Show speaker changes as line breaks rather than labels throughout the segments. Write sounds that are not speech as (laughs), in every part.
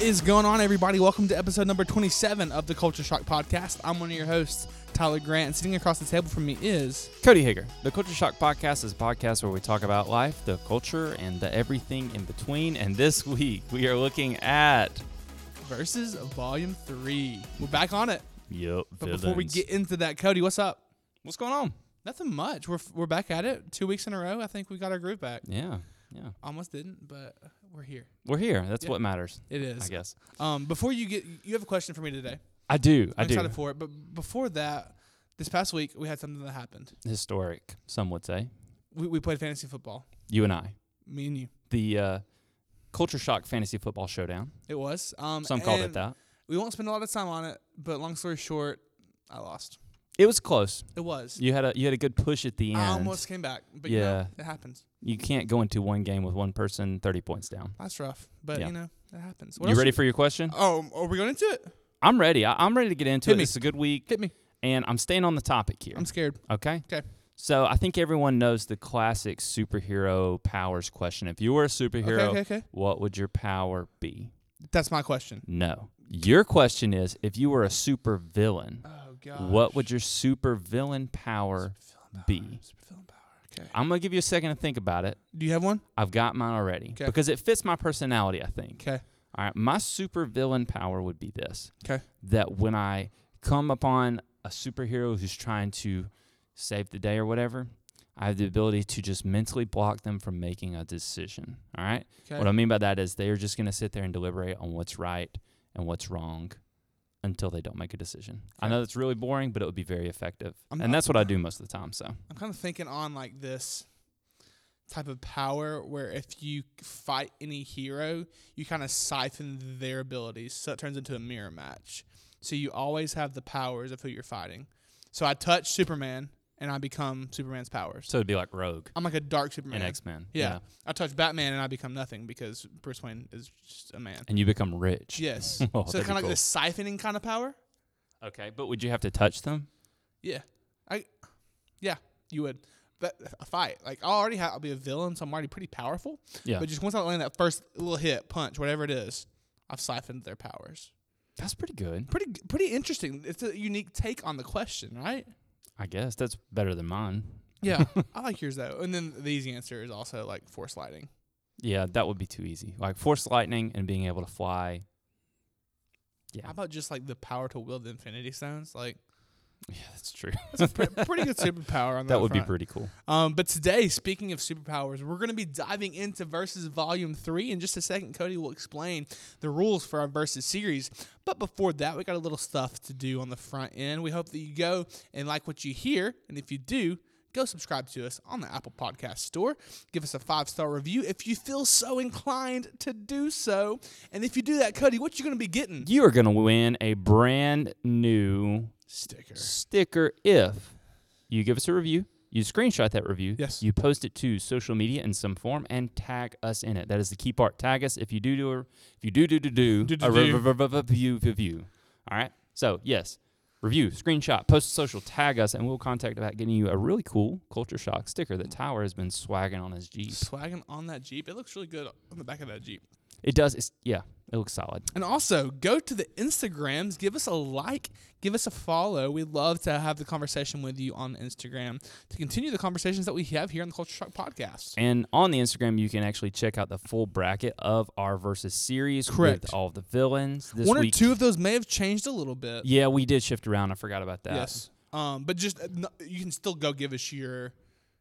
is going on, everybody? Welcome to episode number 27 of the Culture Shock Podcast. I'm one of your hosts, Tyler Grant. And sitting across the table from me is
Cody Hager. The Culture Shock Podcast is a podcast where we talk about life, the culture, and the everything in between. And this (laughs) week we are looking at.
Versus Volume 3. We're back on it.
Yep.
But before we get into that, Cody, what's up?
What's going on?
Nothing much. We're, we're back at it. Two weeks in a row. I think we got our groove back.
Yeah. Yeah.
Almost didn't, but we're here.
We're here. That's
Yeah.
what matters,
It
I
is.
guess.
Um, before you get, you have a question for me today.
I do.
I'm
I do.
excited for it. But before that, this past week, we had something that happened.
Historic, some would say.
We, we played fantasy football,
You and I.
me and you.
The uh, Culture Shock Fantasy Football Showdown.
It was. Um,
Some called it
and
that.
We won't spend a lot of time on it, but long story short, I lost.
It was close.
It was.
You had a you had a good push at the end.
I almost came back, but yeah, you know, it happens.
You can't go into one game with one person thirty points down.
That's rough, but
Yeah.
you know, it happens.
you
else
ready for your question?
Oh, are we going into it?
I'm ready. I, I'm ready to get into
Hit
it.
me.
It's a good week,
Hit me.
and I'm staying on the topic here.
I'm scared.
okay.
'Kay.
So I think everyone knows the classic superhero powers question. If you were a superhero,
Okay, okay, okay.
what would your power be?
That's my question.
No. Your question is if you were a supervillain,
Oh god.
what would your supervillain power be?
Okay.
I'm gonna give you a second to think about it.
Do you have one?
I've got mine already
'Kay.
because it fits my personality. I think.
Okay.
All right, my supervillain power would be this.
'Kay.
That when I come upon a superhero who's trying to save the day or whatever, I have the ability to just mentally block them from making a decision. All right?
Okay.
What I mean by that is they are just going to sit there and deliberate on what's right and what's wrong until they don't make a decision. I
Okay.
know that's really boring, but it would be very effective.
I'm
and
not-
that's what I do most of the time, so.
I'm kind of thinking on like this type of power where if you fight any hero, you kind of siphon their abilities. So it turns into a mirror match. So you always have the powers of who you're fighting. So I touch Superman and I become Superman's powers.
So it'd be like Rogue
I'm like a dark
and
Superman.
X-Men.
yeah. I touch Batman and I become nothing because Bruce Wayne is just a man.
And you become rich.
Yes.
(laughs) Oh,
so
that'd
kind of
be
like the siphoning kind of power.
Okay, but would you have to touch them?
Yeah, I, yeah, you would. But a fight, like I already have, I'll be a villain, so I'm already pretty powerful.
Yeah.
But just once I land that first little hit, punch, whatever it is, I've siphoned their powers.
That's pretty good.
Pretty, pretty interesting. It's a unique take on the question, right?
I guess that's better than mine.
Yeah, I like yours though. And then the easy answer is also like force lighting.
(laughs) Yeah, that would be too easy. Like force lightning and being able to fly.
How about just like the power to wield the infinity stones? Like
Yeah, that's true.
that's a pre- pretty (laughs) good superpower on that.
that would be
front.
pretty cool.
Um, but today, speaking of superpowers, we're going to be diving into Versus Volume 3. In just a second, Cody will explain the rules for our Versus series. But before that, we got a little stuff to do on the front end. We hope that you go and like what you hear. And if you do, go subscribe to us on the Apple Podcast Store. Give us a five star review if you feel so inclined to do so. And if you do that, Cody, what you going to be getting?
You are going to win a brand new
Sticker.
sticker if you give us a review, you screenshot that review,
Yes.
you post it to social media in some form and tag us in it. That is the key part. Tag us if you do do a, if you do do do do
Do do
a re-
do.
re- re- review review. All right? So, yes. Review, screenshot, post to social, tag us, and we'll contact about getting you a really cool Culture Shock sticker that Tower has been swagging on his Jeep.
Swagging on that Jeep. It looks really good on the back of that Jeep.
It does. It's, yeah, it looks solid.
And also, go to the Instagrams, give us a like, give us a follow. We'd love to have the conversation with you on Instagram to continue the conversations that we have here on the Culture Shock podcast.
And on the Instagram, you can actually check out the full bracket of our versus series
Correct.
with all of the villains. This
One or
week,
two of those may have changed a little bit.
Yeah, we did shift around. I forgot about that.
Yes. Um, but just uh, no, you can still go give us your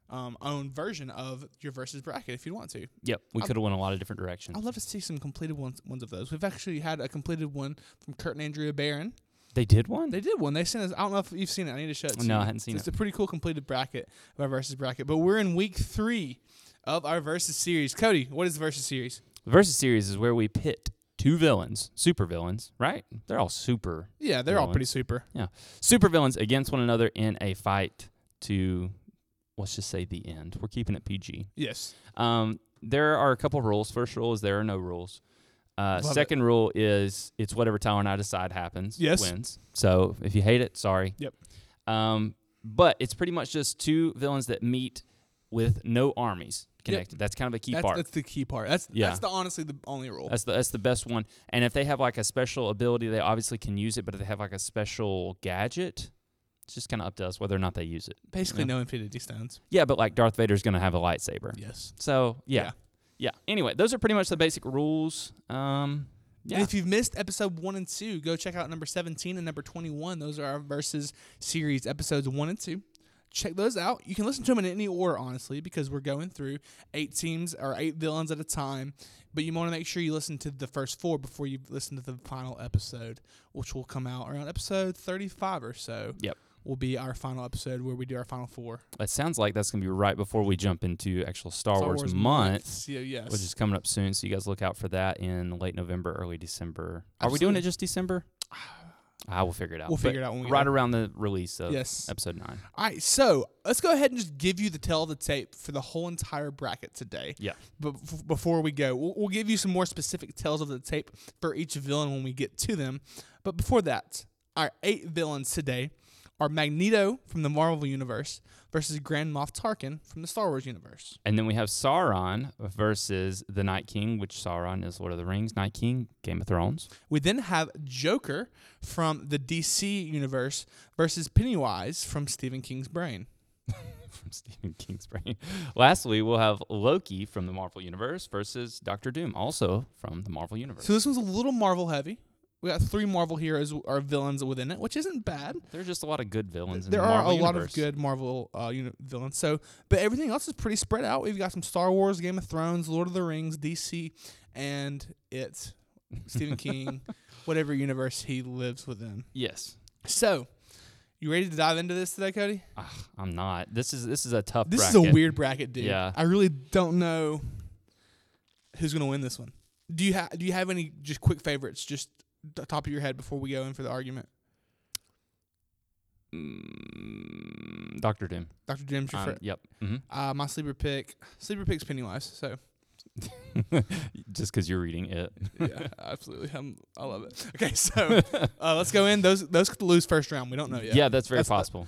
um, own version of your versus bracket if you want to.
Yep. We
Um,
could have went a lot of different directions.
I'd love to see some completed ones, ones of those. We've actually had a completed one from Kurt and Andrea Barron.
they did one.
They did one. They sent us. I don't know if you've seen it. I need to show it. To
No,
you.
I hadn't seen
it's It's a pretty cool completed bracket of our versus bracket. But we're in week three of our versus series. Cody, what is the versus series?
The versus series is where we pit two villains, super villains, right? They're all super,
Yeah, they're all
Villains.
pretty super.
super villains against one another in a fight to, let's just say the end. We're keeping it PG.
Yes.
Um, there are a couple rules. First rule is there are no rules. Uh,
Love it.
second rule is it's whatever Tyler and I decide happens.
Yes.
Wins. So if you hate it, sorry.
Yep.
Um, but it's pretty much just two villains that meet with no armies. connected. That's kind of a key
that's,
part.
that's the key part. That's
Yeah.
that's the honestly the only rule.
That's the that's the best one. And if they have like a special ability, they obviously can use it. But if they have like a special gadget, it's just kind of up to us whether or not they use it.
Basically,
yeah.
no infinity stones.
Yeah, but like Darth Vader's gonna have a lightsaber.
Yes.
So yeah.
Yeah.
yeah, Anyway, those are pretty much the basic rules. Um, yeah,
And if you've missed episode one and two, go check out number 17 and number 21. Those are our versus series episodes one and two. Check those out. You can listen to them in any order, honestly, because we're going through eight teams or eight villains at a time. But you want to make sure you listen to the first four before you listen to the final episode, which will come out around episode 35 or so.
Yep.
Will be our final episode where we do our final four.
it sounds like that's gonna be right before we jump into actual Star, Wars, month,
Yeah, yes.
which is coming up soon. So you guys look out for that in late November, early December. Are we doing
Absolutely.
it just December?
(sighs)
I will figure it out.
We'll
But
figure it out when we get
right
there.
around the release of
Yes.
episode nine.
All right, so let's go ahead and just give you the tail of the tape for the whole entire bracket today.
Yeah.
But f- before we go, we'll, we'll give you some more specific tales of the tape for each villain when we get to them. But before that, our eight villains today are Magneto from the Marvel Universe versus Grand Moff Tarkin from the Star Wars universe.
And then we have Sauron versus the Night King, which Sauron is Lord of the Rings, Night King, Game of Thrones.
We then have Joker from the DC universe versus Pennywise from Stephen King's brain.
From Stephen King's brain. (laughs) Lastly, we'll have Loki from the Marvel Universe versus Doctor Doom, also from the Marvel Universe.
So this one's a little Marvel heavy. We got three Marvel heroes or villains within it, which isn't bad.
There's just a lot of good villains. in
there
the
are
Marvel
a lot
Universe.
of good Marvel uh, uni- villains. So, but everything else is pretty spread out. We've got some Star Wars, Game of Thrones, Lord of the Rings, DC, and it,
(laughs)
Stephen King, whatever universe he lives within.
Yes,
So, you ready to dive into this today, Cody?
Ah, I'm not. This is this is a tough.
This is a
bracket.
weird bracket, dude.
Yeah.
I really don't know who's gonna win this one. Do you have Do you have any just quick favorites, just t- top of your head before we go in for the argument?
Mm, Doctor Doom.
Doctor Jim's your
Um,
fir-
yep. hmm
uh, my sleeper pick. Sleeper pick's Pennywise. So.
just because you're reading it. (laughs)
yeah, absolutely. I'm, I love it. Okay, so uh, let's go in. Those those could lose first round. We don't know
Yeah,
yet.
that's very
That's the-
possible.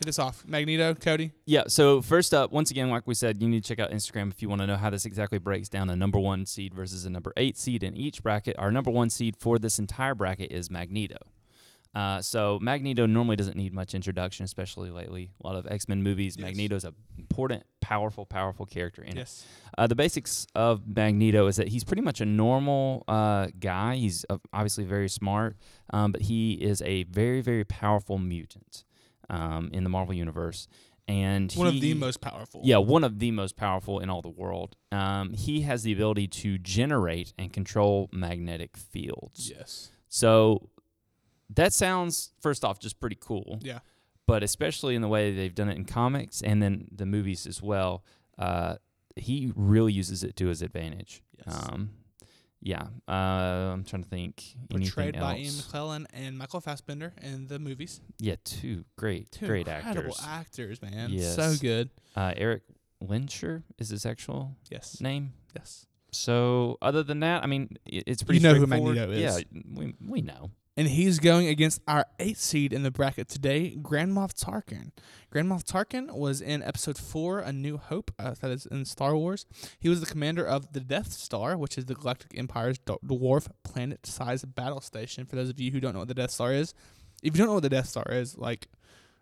Hit us off. Magneto, Cody.
Yeah. So first up, once again, like we said, you need to check out Instagram if you want to know how this exactly breaks down a number one seed versus a number eight seed in each bracket. Our number one seed for this entire bracket is Magneto. Uh, so Magneto normally doesn't need much introduction, especially lately. A lot of X Men movies.
Yes.
Magneto's an important, powerful, powerful character in it.
Yes.
Uh, the basics of Magneto is that he's pretty much a normal uh, guy. He's uh, obviously very smart, um, but he is a very, very powerful mutant um, in the Marvel Universe. And
One of
he-
the most powerful.
yeah, one of the most powerful in all the world. Um, he has the ability to generate and control magnetic fields.
Yes.
So that sounds, first off, just pretty cool.
Yeah.
But especially in the way they've done it in comics and then the movies as well, uh, he really uses it to his advantage.
Yes.
Um, yeah. Uh, I'm trying to think.
Portrayed
anything
by Ian
else.
McClellan and Michael Fassbender in the movies.
Yeah, two great,
Two
great
incredible
actors.
actors, man.
Yes.
So good.
uh, Eric Lyncher is his actual
Yes.
name.
Yes.
So other than that, I mean, i- it's pretty.
know who
straightforward.
Magneto is.
Yeah, we we know.
And he's going against our eighth seed in the bracket today, Grand Moff Tarkin. Grand Moff Tarkin was in Episode Four, A New Hope, uh, that is in Star Wars. He was the commander of the Death Star, which is the Galactic Empire's d- dwarf planet-sized battle station. For those of you who don't know what the Death Star is, if you don't know what the Death Star is, like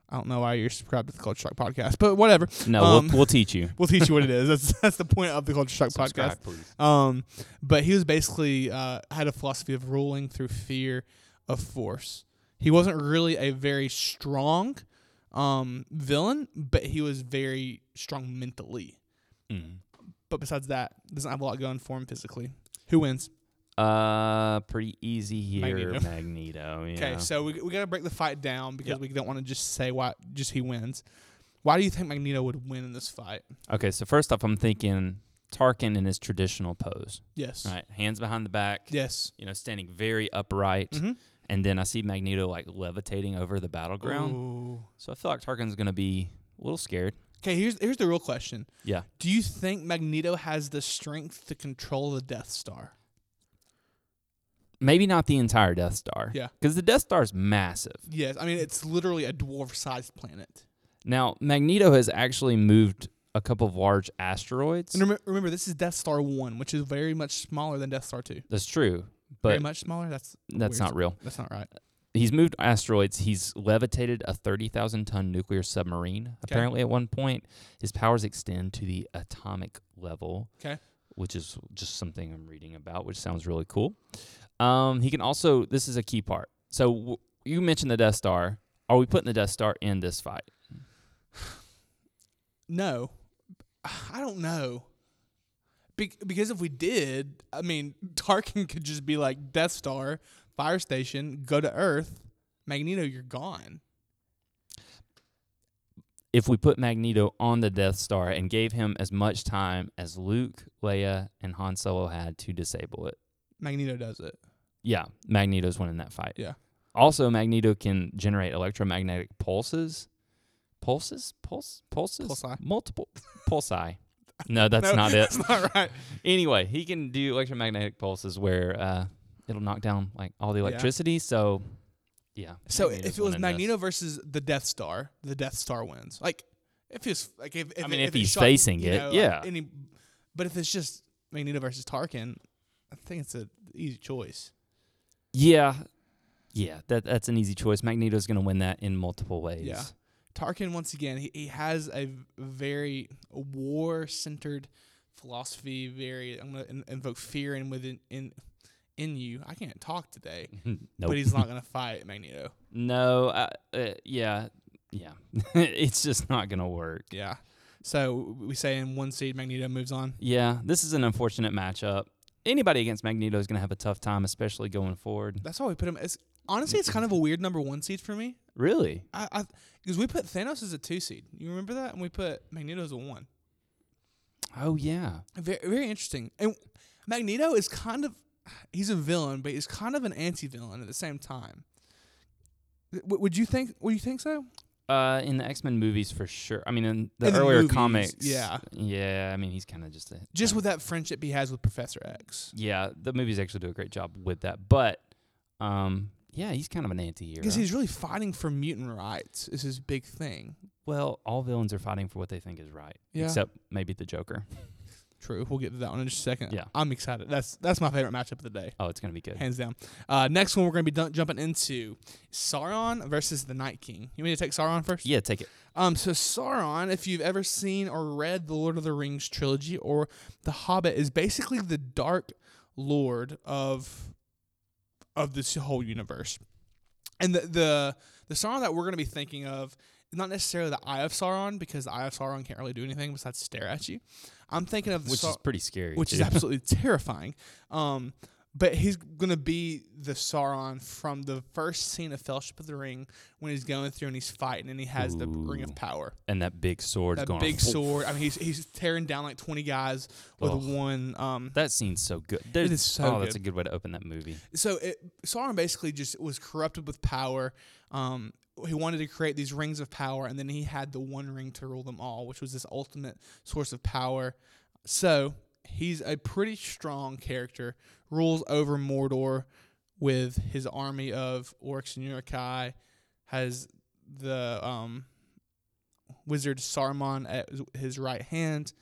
I don't know why you're subscribed to the Culture Shock podcast, but whatever.
No,
Um,
we'll, we'll teach you.
We'll teach you what it is. That's (laughs) that's the point of the Culture Shock (laughs) podcast.
Subscribe, please.
Um, but he was basically uh, had a philosophy of ruling through fear of force. He wasn't really a very strong um, villain, but he was very strong mentally.
Mm.
But besides that, doesn't have a lot going for him physically. Who wins?
Uh, pretty easy here,
Magneto. (laughs)
Magneto.
Okay,
yeah.
so we, we got to break the fight down because
Yep.
we don't want to just say why just he wins. Why do you think Magneto would win in this fight?
Okay, so first off, I'm thinking Tarkin in his traditional pose,
Yes.
right? Hands behind the back.
Yes.
You know, standing very upright,
Mhm.
and then I see Magneto like levitating over the battleground.
Ooh.
So I feel like Tarkin's gonna be a little scared.
Okay, here's here's the real question.
Yeah.
Do you think Magneto has the strength to control the Death Star?
Maybe not the entire Death Star.
Yeah.
Because the Death Star's massive.
Yes, I mean it's literally a dwarf-sized planet.
Now, Magneto has actually moved a couple of large asteroids.
And rem- remember, this is Death Star One, which is very much smaller than Death Star Two.
That's true,
very
but
much smaller. That's
that's
weird.
not real.
That's not right.
He's moved asteroids. He's levitated a 30,000 ton nuclear submarine, apparently, at one point. His powers extend to the atomic level.
'Kay.
Which is just something I'm reading about, which sounds really cool. Um, he can also, this is a key part. So w- you mentioned the Death Star. Are we putting the Death Star in this fight?
No, I don't know. Be- because if we did, I mean, (laughs) Tarkin could just be like Death Star, fire station, go to Earth, Magneto, you're gone.
If we put Magneto on the Death Star and gave him as much time as Luke, Leia, and Han Solo had to disable it.
Magneto does it. (laughs)
Yeah, Magneto's winning that fight.
Yeah.
Also, Magneto can generate electromagnetic pulses. Pulses? Pulse? Pulses?
Pulsi.
Multiple pulsi. No, that's
No,
not
(laughs)
it.
That's not right.
Anyway, he can do electromagnetic pulses where uh, it'll knock down like all the
Yeah.
electricity. So, yeah.
So
Magneto's
if it was
winning this.
Magneto versus the Death Star, the Death Star wins. Like if he's like if, if
I mean,
it-
if
it
he's
shot,
facing
you
it,
know, like,
yeah.
any- but if it's just Magneto versus Tarkin, I think it's a easy choice.
yeah, yeah, that that's an easy choice. Magneto's going to win that in multiple ways.
Yeah. Tarkin once again, he, he has a very war centered philosophy. Very, I'm gonna in, invoke fear in within in in you. I can't talk today,
(laughs) nope.
but he's not gonna fight Magneto.
no, uh, uh, yeah, yeah. (laughs) it's just not going to work.
Yeah. So we say in one seed, Magneto moves on.
Yeah, this is an unfortunate matchup. Anybody against Magneto is going to have a tough time, especially going forward.
That's why we put him. It's, honestly, it's kind of a weird number one seed for me.
Really?
I because we put Thanos as a two seed. You remember that? And we put Magneto as a one.
Oh yeah.
Very very interesting. And Magneto is kind of he's a villain, but he's kind of an anti villain at the same time. W- would you think? Would you think so?
Uh, in the X Men movies for sure. I mean, in the
In the
earlier
movies,
comics.
yeah.
Yeah. I mean, he's kind of just a
Just with that friendship he has with Professor X,
yeah. The movies actually do a great job with that, but um, yeah, he's kind of an anti-hero.
because he's really fighting for mutant rights. Is his big thing.
well, all villains are fighting for what they think is right,
Yeah.
except maybe the Joker.
True. We'll get to that one in just a second.
Yeah.
I'm excited. That's that's my favorite matchup of the day.
Oh, it's gonna be good.
Hands down. Uh, next one we're going to be dun- jumping into Sauron versus the Night King. You mean to take Sauron first?
yeah, take it.
Um, so Sauron, if you've ever seen or read the Lord of the Rings trilogy or The Hobbit, is basically the Dark Lord of of this whole universe. And the the, the Sauron that we're going to be thinking of is not necessarily the Eye of Sauron because the Eye of Sauron can't really do anything besides stare at you. I'm thinking of the
Which
Sau-
is pretty scary. (laughs)
which is
too.
absolutely terrifying. Um, but he's gonna be the Sauron from the first scene of Fellowship of the Ring when he's going through and he's fighting and he has the Ring
Ooh.
of Power,
and that big sword.
that
going
big sword. I mean, he's he's tearing down like twenty guys with
Ugh.
one. Um,
That scene's so good. There's,
is so
oh, that's a
good.
good way to open that movie.
so it, Sauron basically just was corrupted with power. Um, he wanted to create these rings of power, and then he had the one ring to rule them all, which was this ultimate source of power. So he's a pretty strong character, rules over Mordor with his army of orcs and Urukai, has the um, wizard Saruman at his right hand.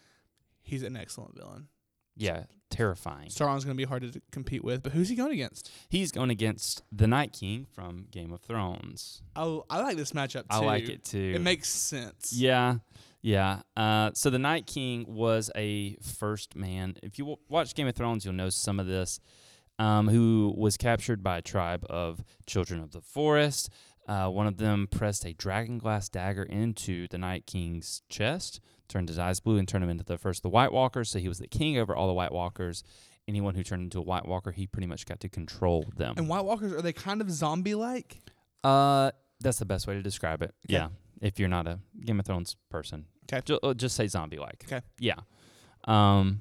He's an excellent villain.
Yeah, terrifying.
Sauron's going to be hard to compete with, but who's he going against?
He's going against the Night King from Game of Thrones.
Oh, I like this matchup too.
I like it too.
It makes sense.
yeah, yeah. Uh, so the Night King was a first man. If you w- watch Game of Thrones, you'll know some of this. Um, who was captured by a tribe of children of the forest. Uh, one of them pressed a dragon glass dagger into the Night King's chest, turned his eyes blue, and turned him into the first of the White Walkers. So he was the king over all the White Walkers. Anyone who turned into a White Walker, he pretty much got to control them.
And White Walkers are they kind of zombie like?
Uh, that's the best way to describe it.
Okay.
Yeah, if you're not a Game of Thrones person,
'Kay.
Ju- uh, just say zombie-like.
'Kay.
yeah, um,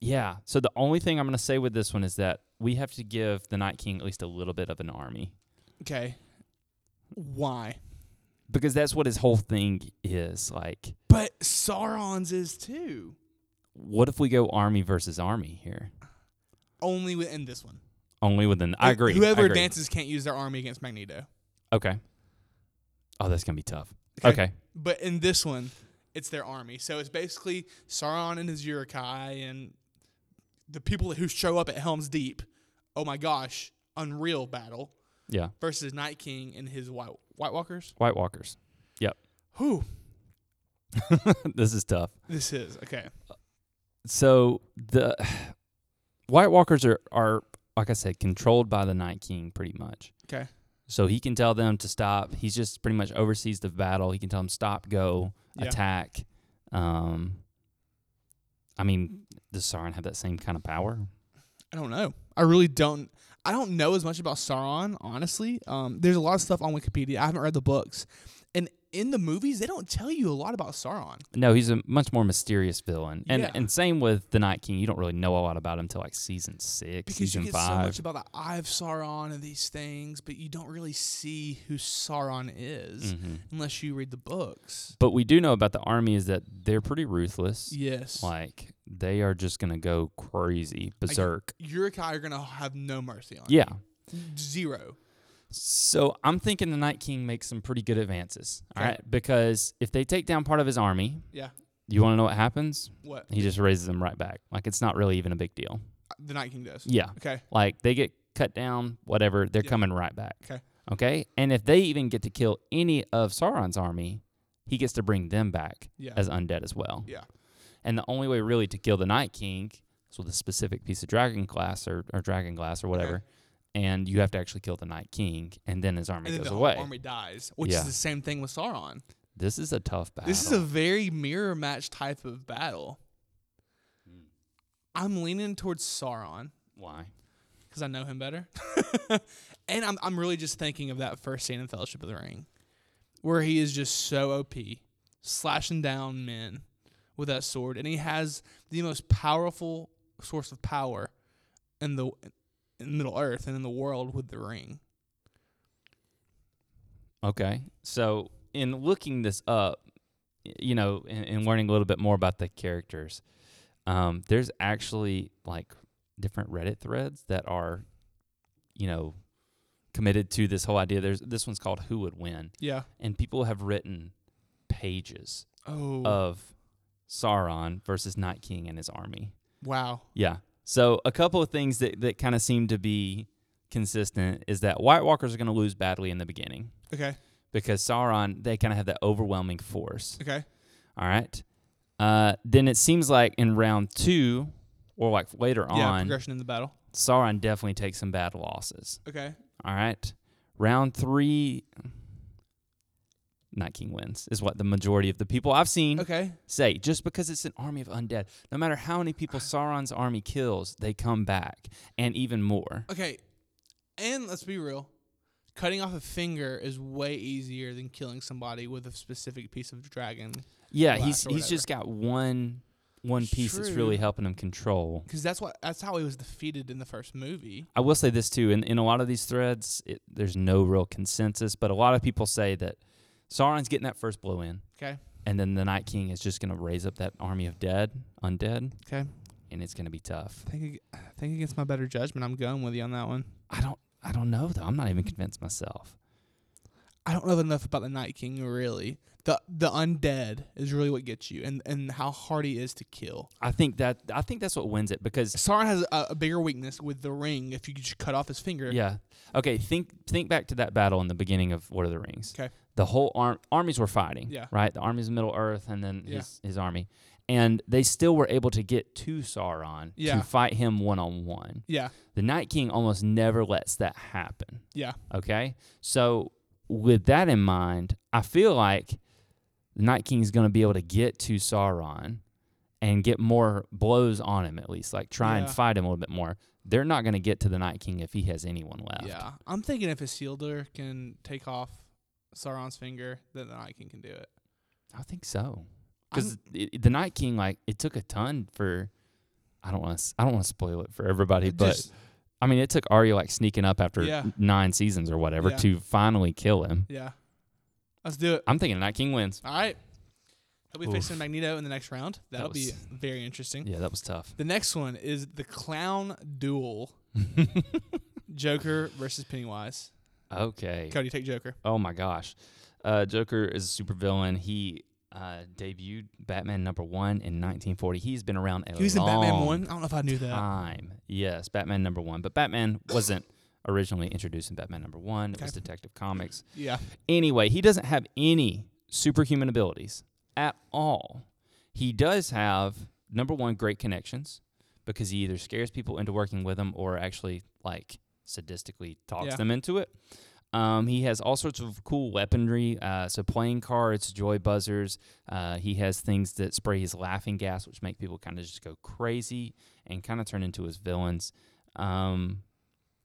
yeah. So the only thing I'm gonna say with this one is that we have to give the Night King at least a little bit of an army
Okay. Why?
because that's what his whole thing is. Like,
But Sauron's is too.
what if we go army versus army here?
Only within this one.
Only within. I
And
agree.
Whoever
I agree.
advances can't use their army against Magneto.
Okay. Oh, that's gonna be tough.
'Kay.
okay.
But in this one, it's their army. So it's basically Sauron and his Urukai and the people who show up at Helm's Deep. Oh my gosh, unreal battle
Yeah.
versus Night King and his White White Walkers.
White Walkers. (laughs) Yep.
Who
this is tough.
this is okay.
So the (sighs) White Walkers are, are like I said, controlled by the Night King pretty much.
Okay.
So he can tell them to stop. He's just pretty much oversees the battle. He can tell them stop, go,
Yeah.
attack. Um I mean, does Sauron have that same kind of power?
I don't know. I really don't. I don't know as much about Sauron, honestly. Um, there's a lot of stuff on Wikipedia. I haven't read the books, and in the movies, they don't tell you a lot about Sauron.
No, he's a much more mysterious villain. And
Yeah.
and same with the Night King. You don't really know a lot about him till like season six,
because you
season
get so
five.
much about the Eye of Sauron and these things, but you don't really see who Sauron is
Mhm.
unless you read the books.
But we do know about the army is that they're pretty ruthless.
Yes,
Like they are just gonna go crazy, berserk.
Urukai are gonna have no mercy on
yeah.
you. zero.
So I'm thinking the Night King makes some pretty good advances. All
Okay.
right. Because if they take down part of his army,
Yeah,
you wanna know what happens?
what
He just raises them right back. Like it's not really even a big deal.
the Night King does.
Yeah.
Okay,
Like they get cut down, whatever, they're
Yeah.
coming right back.
Okay.
Okay. And if they even get to kill any of Sauron's army, he gets to bring them back
yeah,
as undead as well.
Yeah.
And the only way really to kill the Night King is with a specific piece of dragon glass or, or dragon glass or whatever. And you have to actually kill the Night King and then his army
and then
goes
the
away.
army dies, which
Yeah.
is the same thing with Sauron.
This is a tough battle.
This is a very mirror match type of battle. I'm leaning towards Sauron
why?
because I know him better, and I'm I'm really just thinking of that first scene in Fellowship of the Ring, where he is just so OP, slashing down men with that sword, and he has the most powerful source of power in the in Middle Earth and in the world with the ring.
Okay. So, in looking this up, y- you know, and, and learning a little bit more about the characters, um, there's actually like different Reddit threads that are, you know, committed to this whole idea. There's this one's called "Who Would Win,"
Yeah.
and people have written pages
Oh
of Sauron versus Night King and his army.
wow.
Yeah. So a couple of things that, that kind of seem to be consistent is that White Walkers are going to lose badly in the beginning
Okay.
because Sauron they kind of have that overwhelming force.
Okay.
All right. Uh, then it seems like in round two or like later
Yeah.
on,
Progression in the battle.
Sauron definitely takes some bad losses.
Okay.
All right. Round three, Night King wins is what the majority of the people I've seen
Okay.
say just because it's an army of undead no matter how many
(sighs)
people sauron's army kills they come back and even more
Okay. And let's be real. Cutting off a finger is way easier than killing somebody with a specific piece of dragon
yeah
Black
he's
or
he's just got one one piece that's really
True.
helping him control
cuz that's what that's how he was defeated in the first movie.
i will say this too in, in a lot of these threads it, there's no real consensus but a lot of people say that sauron's getting that first blow in
Okay.
and then the night king is just going to raise up that army of dead undead
Okay.
and it's going to be tough
I think I think against my better judgment, I'm going with you on that one.
i don't i don't know though i'm not even convinced myself
I don't know enough about the Night King really. The the undead is really what gets you and and how hard he is to kill.
i think that i think that's what wins it because
Sauron has a, a bigger weakness with the ring if you could just cut off his finger.
Yeah. Okay. Think think back to that battle in the beginning of Lord of the Rings.
'Kay.
The whole arm armies were fighting.
Yeah.
Right. The armies of Middle Earth, and then
Yeah.
his his army, and they still were able to get to Sauron
Yeah.
to fight him one on one.
Yeah.
The Night King almost never lets that happen.
Yeah.
Okay. So with that in mind, I feel like the Night King is going to be able to get to Sauron and get more blows on him at least, like try and
Yeah.
fight him a little bit more. They're not going to get to the Night King if he has anyone left.
Yeah, I'm thinking if Isildur can take off Sauron's finger, then the Night King can do it.
I think so.
I'm-
Because the Night King, like, it took a ton for. I don't want to. I don't want to spoil it for everybody,
It
but
just-
I mean, it took Arya like sneaking up after
Yeah.
nine seasons or whatever
Yeah.
to finally kill him.
yeah, let's do it.
I'm thinking Night King wins.
All right, he'll be
Oof.
facing Magneto in the next round. That'll be
was-
very interesting.
Yeah, that
(laughs)
was tough.
The next one is the clown duel: Joker versus Pennywise.
okay.
Cody, take Joker.
Oh my gosh, uh, Joker is a supervillain. He uh, debuted Batman number one in 1940. He's been around a
He was in
long Ah.
Batman One. I don't know if I knew that.
time. Yes, Batman number one. But Batman wasn't originally introduced in Batman number one. It was Detective Comics.
yeah.
Anyway, he doesn't have any superhuman abilities at all. He does have number one great connections because he either scares people into working with him or actually like sadistically talks
Yeah.
them into it. Um, he has all sorts of cool weaponry, uh, so playing cards, joy buzzers. Uh, he has things that spray his laughing gas, which make people kind of just go crazy and kind of turn into his villains. Um,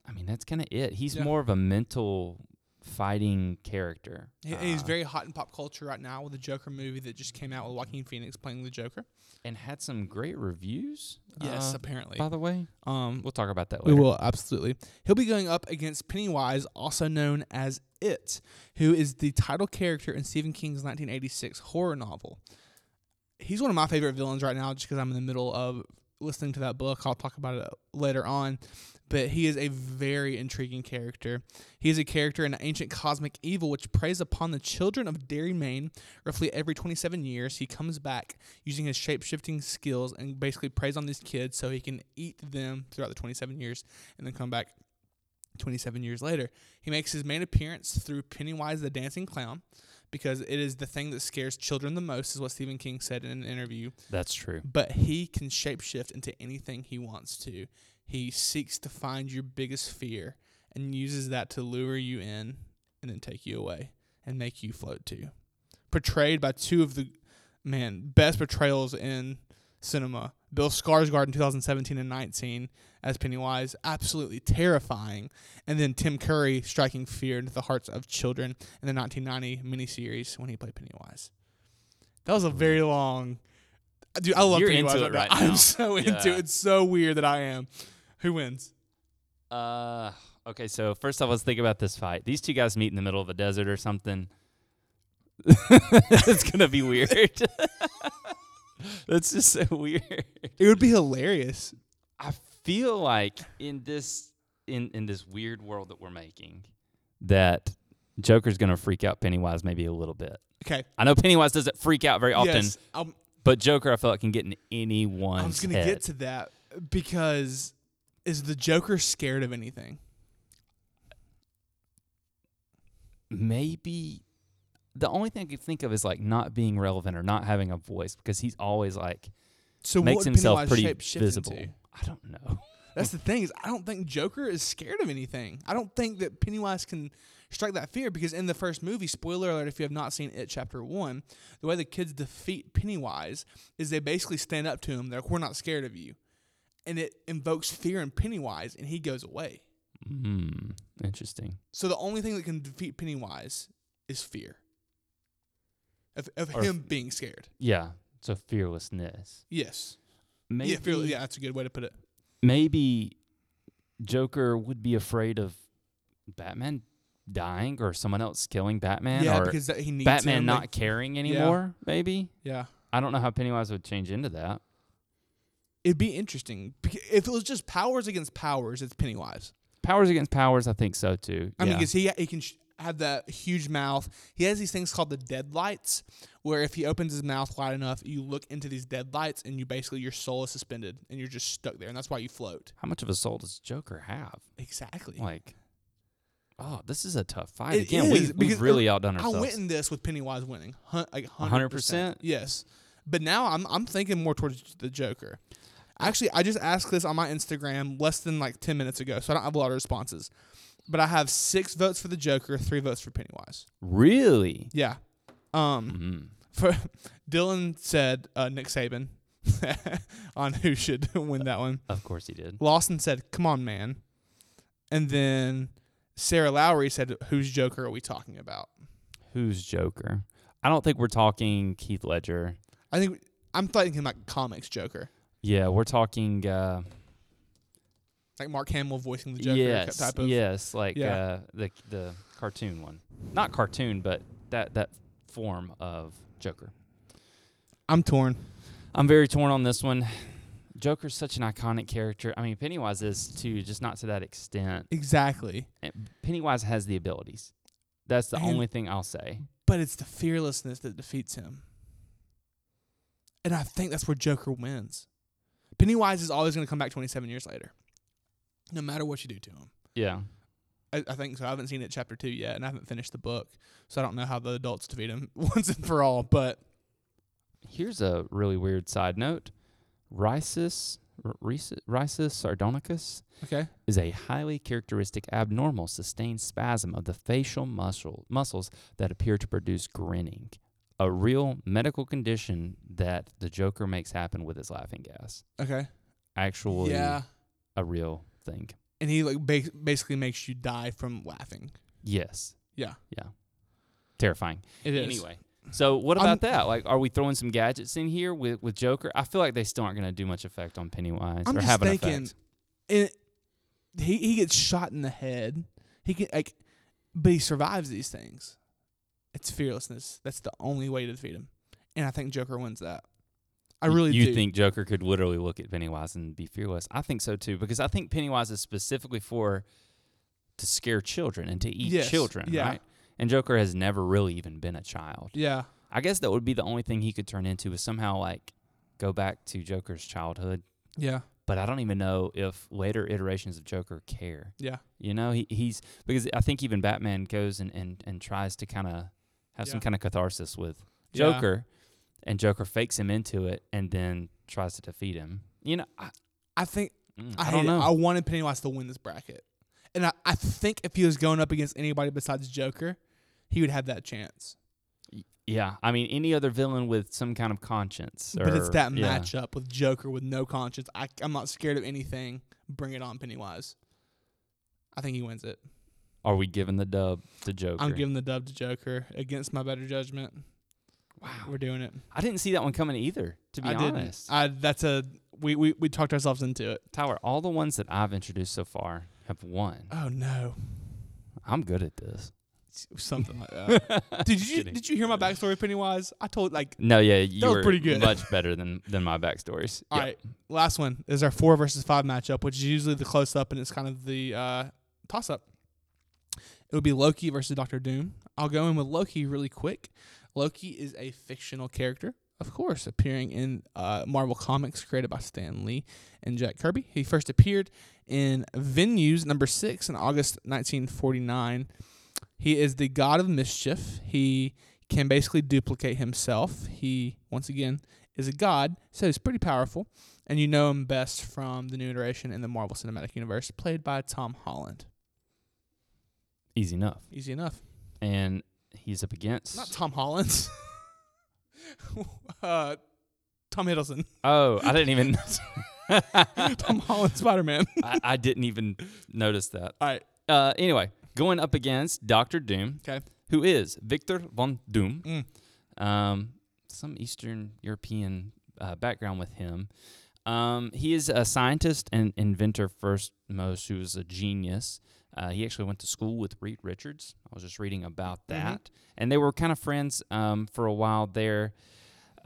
I mean, that's kind of it. He's
Yeah.
more of a mental fighting character.
He- and he's
uh,
very hot in pop culture right now with the Joker movie that just came out with Joaquin Phoenix playing the Joker.
and had some great reviews.
Yes,
uh,
apparently.
by the way,
Um,
we'll talk about that
We
later.
will, absolutely. He'll be going up against Pennywise, also known as It, who is the title character in Stephen King's 1986 horror novel. He's one of my favorite villains right now just because I'm in the middle of listening to that book. I'll talk about it later on. But he is a very intriguing character. He is a character in ancient cosmic evil which preys upon the children of Derry, Maine. Roughly every 27 years, he comes back using his shape shifting skills and basically preys on these kids so he can eat them throughout the 27 years and then come back 27 years later. He makes his main appearance through Pennywise the Dancing Clown because it is the thing that scares children the most, is what Stephen King said in an interview.
That's true.
But he can shapeshift into anything he wants to. He seeks to find your biggest fear and uses that to lure you in and then take you away and make you float too. Portrayed by two of the man best portrayals in cinema, Bill Skarsgård in 2017 and 19 as Pennywise, absolutely terrifying, and then Tim Curry striking fear into the hearts of children in the 1990 miniseries when he played Pennywise. That was a very long. Dude, I love
You're
Pennywise.
into it
right now.
right now.
I'm (laughs) so into
Yeah.
it. It's so weird that I am. Who wins?
Uh, okay, so first off, let's think about this fight. These two guys meet in the middle of a desert or something. (laughs) That's gonna be weird. (laughs) That's just so weird.
It would be hilarious.
I feel like in this in in this weird world that we're making, that Joker's gonna freak out Pennywise maybe a little bit.
Okay.
I know Pennywise doesn't freak out very often,
Yes, I'm,
but Joker I feel like can get in
I
anyone's
was gonna
head.
get to that because is the Joker scared of anything?
maybe the only thing I could think of is like not being relevant or not having a voice because he's always like
So
makes
what would
himself
Pennywise
pretty
shape shift
visible.
into?
I don't know.
That's the thing is I don't think Joker is scared of anything. I don't think that Pennywise can strike that fear because in the first movie, spoiler alert if you have not seen it chapter one, the way the kids defeat Pennywise is they basically stand up to him, they're like, We're not scared of you. And it invokes fear in Pennywise and he goes away.
Hmm. Interesting.
So the only thing that can defeat Pennywise is fear. Of, of
Or-
him being scared.
Yeah. So fearlessness.
Yes.
Maybe.
Yeah, fear, yeah, that's a good way to put it.
Maybe Joker would be afraid of Batman dying or someone else killing Batman
yeah,
or
because that, he needs
Batman
him,
not
like-
caring anymore. Maybe.
yeah.
I don't know how Pennywise would change into that.
It'd be interesting. Bec- If it was just powers against powers, it's Pennywise.
Powers against powers, I think so too.
I mean,
Yeah.
because he, he can sh- have that huge mouth. He has these things called the deadlights, where if he opens his mouth wide enough, you look into these deadlights and you basically, your soul is suspended and you're just stuck there. And that's why you float.
how much of a soul does Joker have?
Exactly.
Like, oh, this is a tough fight.
It
Again,
is,
we,
because
we've really outdone
I
ourselves.
went in this with Pennywise winning. Hun- like 100%.
100%?
Yes. But now I'm, I'm thinking more towards the Joker. Actually, I just asked this on my Instagram less than like 10 minutes ago, so I don't have a lot of responses. But I have six votes for the Joker, three votes for Pennywise.
Really?
Yeah. Um, (laughs)
Mm.
for Dylan said uh, Nick Saban (laughs) on who should (laughs) win that one.
Of course he did.
Lawson said, "Come on, man," and then Sarah Lowry said, "Whose Joker are we talking about?"
Who's Joker? I don't think we're talking Keith Ledger.
I think I'm thinking like comics Joker,
Yeah, we're talking. Uh,
like Mark Hamill voicing the Joker
yes,
type of.
yes, like
Yeah.
uh, the the cartoon one, not cartoon, but that that form of Joker.
I'm torn.
I'm very torn on this one. Joker's such an iconic character. I mean, Pennywise is too, just not to that extent.
Exactly,
And Pennywise has the abilities. That's the
And-
only thing I'll say.
but it's the fearlessness that defeats him. And I think that's where Joker wins. Pennywise is always going to come back 27 years later, no matter what you do to him.
Yeah.
I, I think so. I haven't seen it chapter two yet, and I haven't finished the book, so I don't know how the adults defeat him (laughs) once and for all. But
Here's a really weird side note. Rhesus, R- Rhesus, Rhesus sardonicus
okay,
is a highly characteristic abnormal sustained spasm of the facial muscle, muscles that appear to produce grinning, a real medical condition that the Joker makes happen with his laughing gas.
okay,
Actually,
yeah.
a real thing.
And he like ba- basically makes you die from laughing.
Yes.
Yeah.
Yeah. Terrifying.
It is
Anyway, so what about
I'm-
that? Like, are we throwing some gadgets in here with, with Joker? I feel like they still aren't going to do much effect on Pennywise
I'm
or
just
have an
thinking,
effect.
And he he gets shot in the head. He can like, but he survives these things. It's fearlessness. That's the only way to defeat him. And I think Joker wins that. I
Y-
really
you
do.
think Joker could literally look at Pennywise and be fearless? I think so too because I think Pennywise is specifically for to scare children and to eat
Yes,
children,
yeah.
right? And Joker has never really even been a child.
Yeah.
I guess that would be the only thing he could turn into is somehow like go back to Joker's childhood.
Yeah.
But I don't even know if later iterations of Joker care.
Yeah.
You know, he, he's because I think even Batman goes and, and, and tries to kind of have some
Yeah.
kind of catharsis with
Yeah.
Joker, and Joker fakes him into it and then tries to defeat him. You know, I,
I think
mm,
I,
I,
hate
don't know.
It. I wanted Pennywise to win this bracket, and I, I think if he was going up against anybody besides Joker, he would have that chance.
yeah, I mean, any other villain with some kind of conscience,
but it's
or-
that
yeah.
matchup with Joker with no conscience. I, I'm not scared of anything. Bring it on, Pennywise. I think he wins it.
Are we giving the dub to Joker?
I'm giving the dub to Joker against my better judgment.
wow,
We're doing it.
I didn't see that one coming either. To be
I
honest,
didn't. I, that's a we, we we talked ourselves into it.
Tyler, all the ones that I've introduced so far have won.
Oh no,
I'm good at this.
something like
(laughs)
that. did
Just
you
kidding.
did you hear my backstory, with Pennywise? I told like
No, yeah, you
was
were
pretty good.
much better than than my
(laughs)
backstories.
all right. Last one is our four versus five matchup, which is usually the close up and it's kind of the uh, toss up. It would be Loki versus Doctor Doom. I'll go in with Loki really quick. Loki is a fictional character, of course, appearing in uh, Marvel Comics created by Stan Lee and Jack Kirby. He first appeared in Venues number six in August 1949. He is the god of mischief. He can basically duplicate himself. He, once again, is a god, so he's pretty powerful. And you know him best from the new iteration in the Marvel Cinematic Universe, played by Tom Holland.
Easy enough.
Easy enough.
And he's up against.
Not Tom Holland. (laughs) uh, Tom Hiddleston.
(laughs) oh, I
(laughs)
didn't even. (laughs)
Tom Holland Spider Man.
I, I didn't even notice that.
All right.
Uh, anyway, going up against Doctor Doom,
Okay.
who is Victor von Doom,
Mm.
um, some Eastern European uh, background with him. Um, he is a scientist and inventor first, most who is a genius. Uh, he actually went to school with Reed Richards. I was just reading about
Mm-hmm.
that, and they were kind of friends um, for a while there.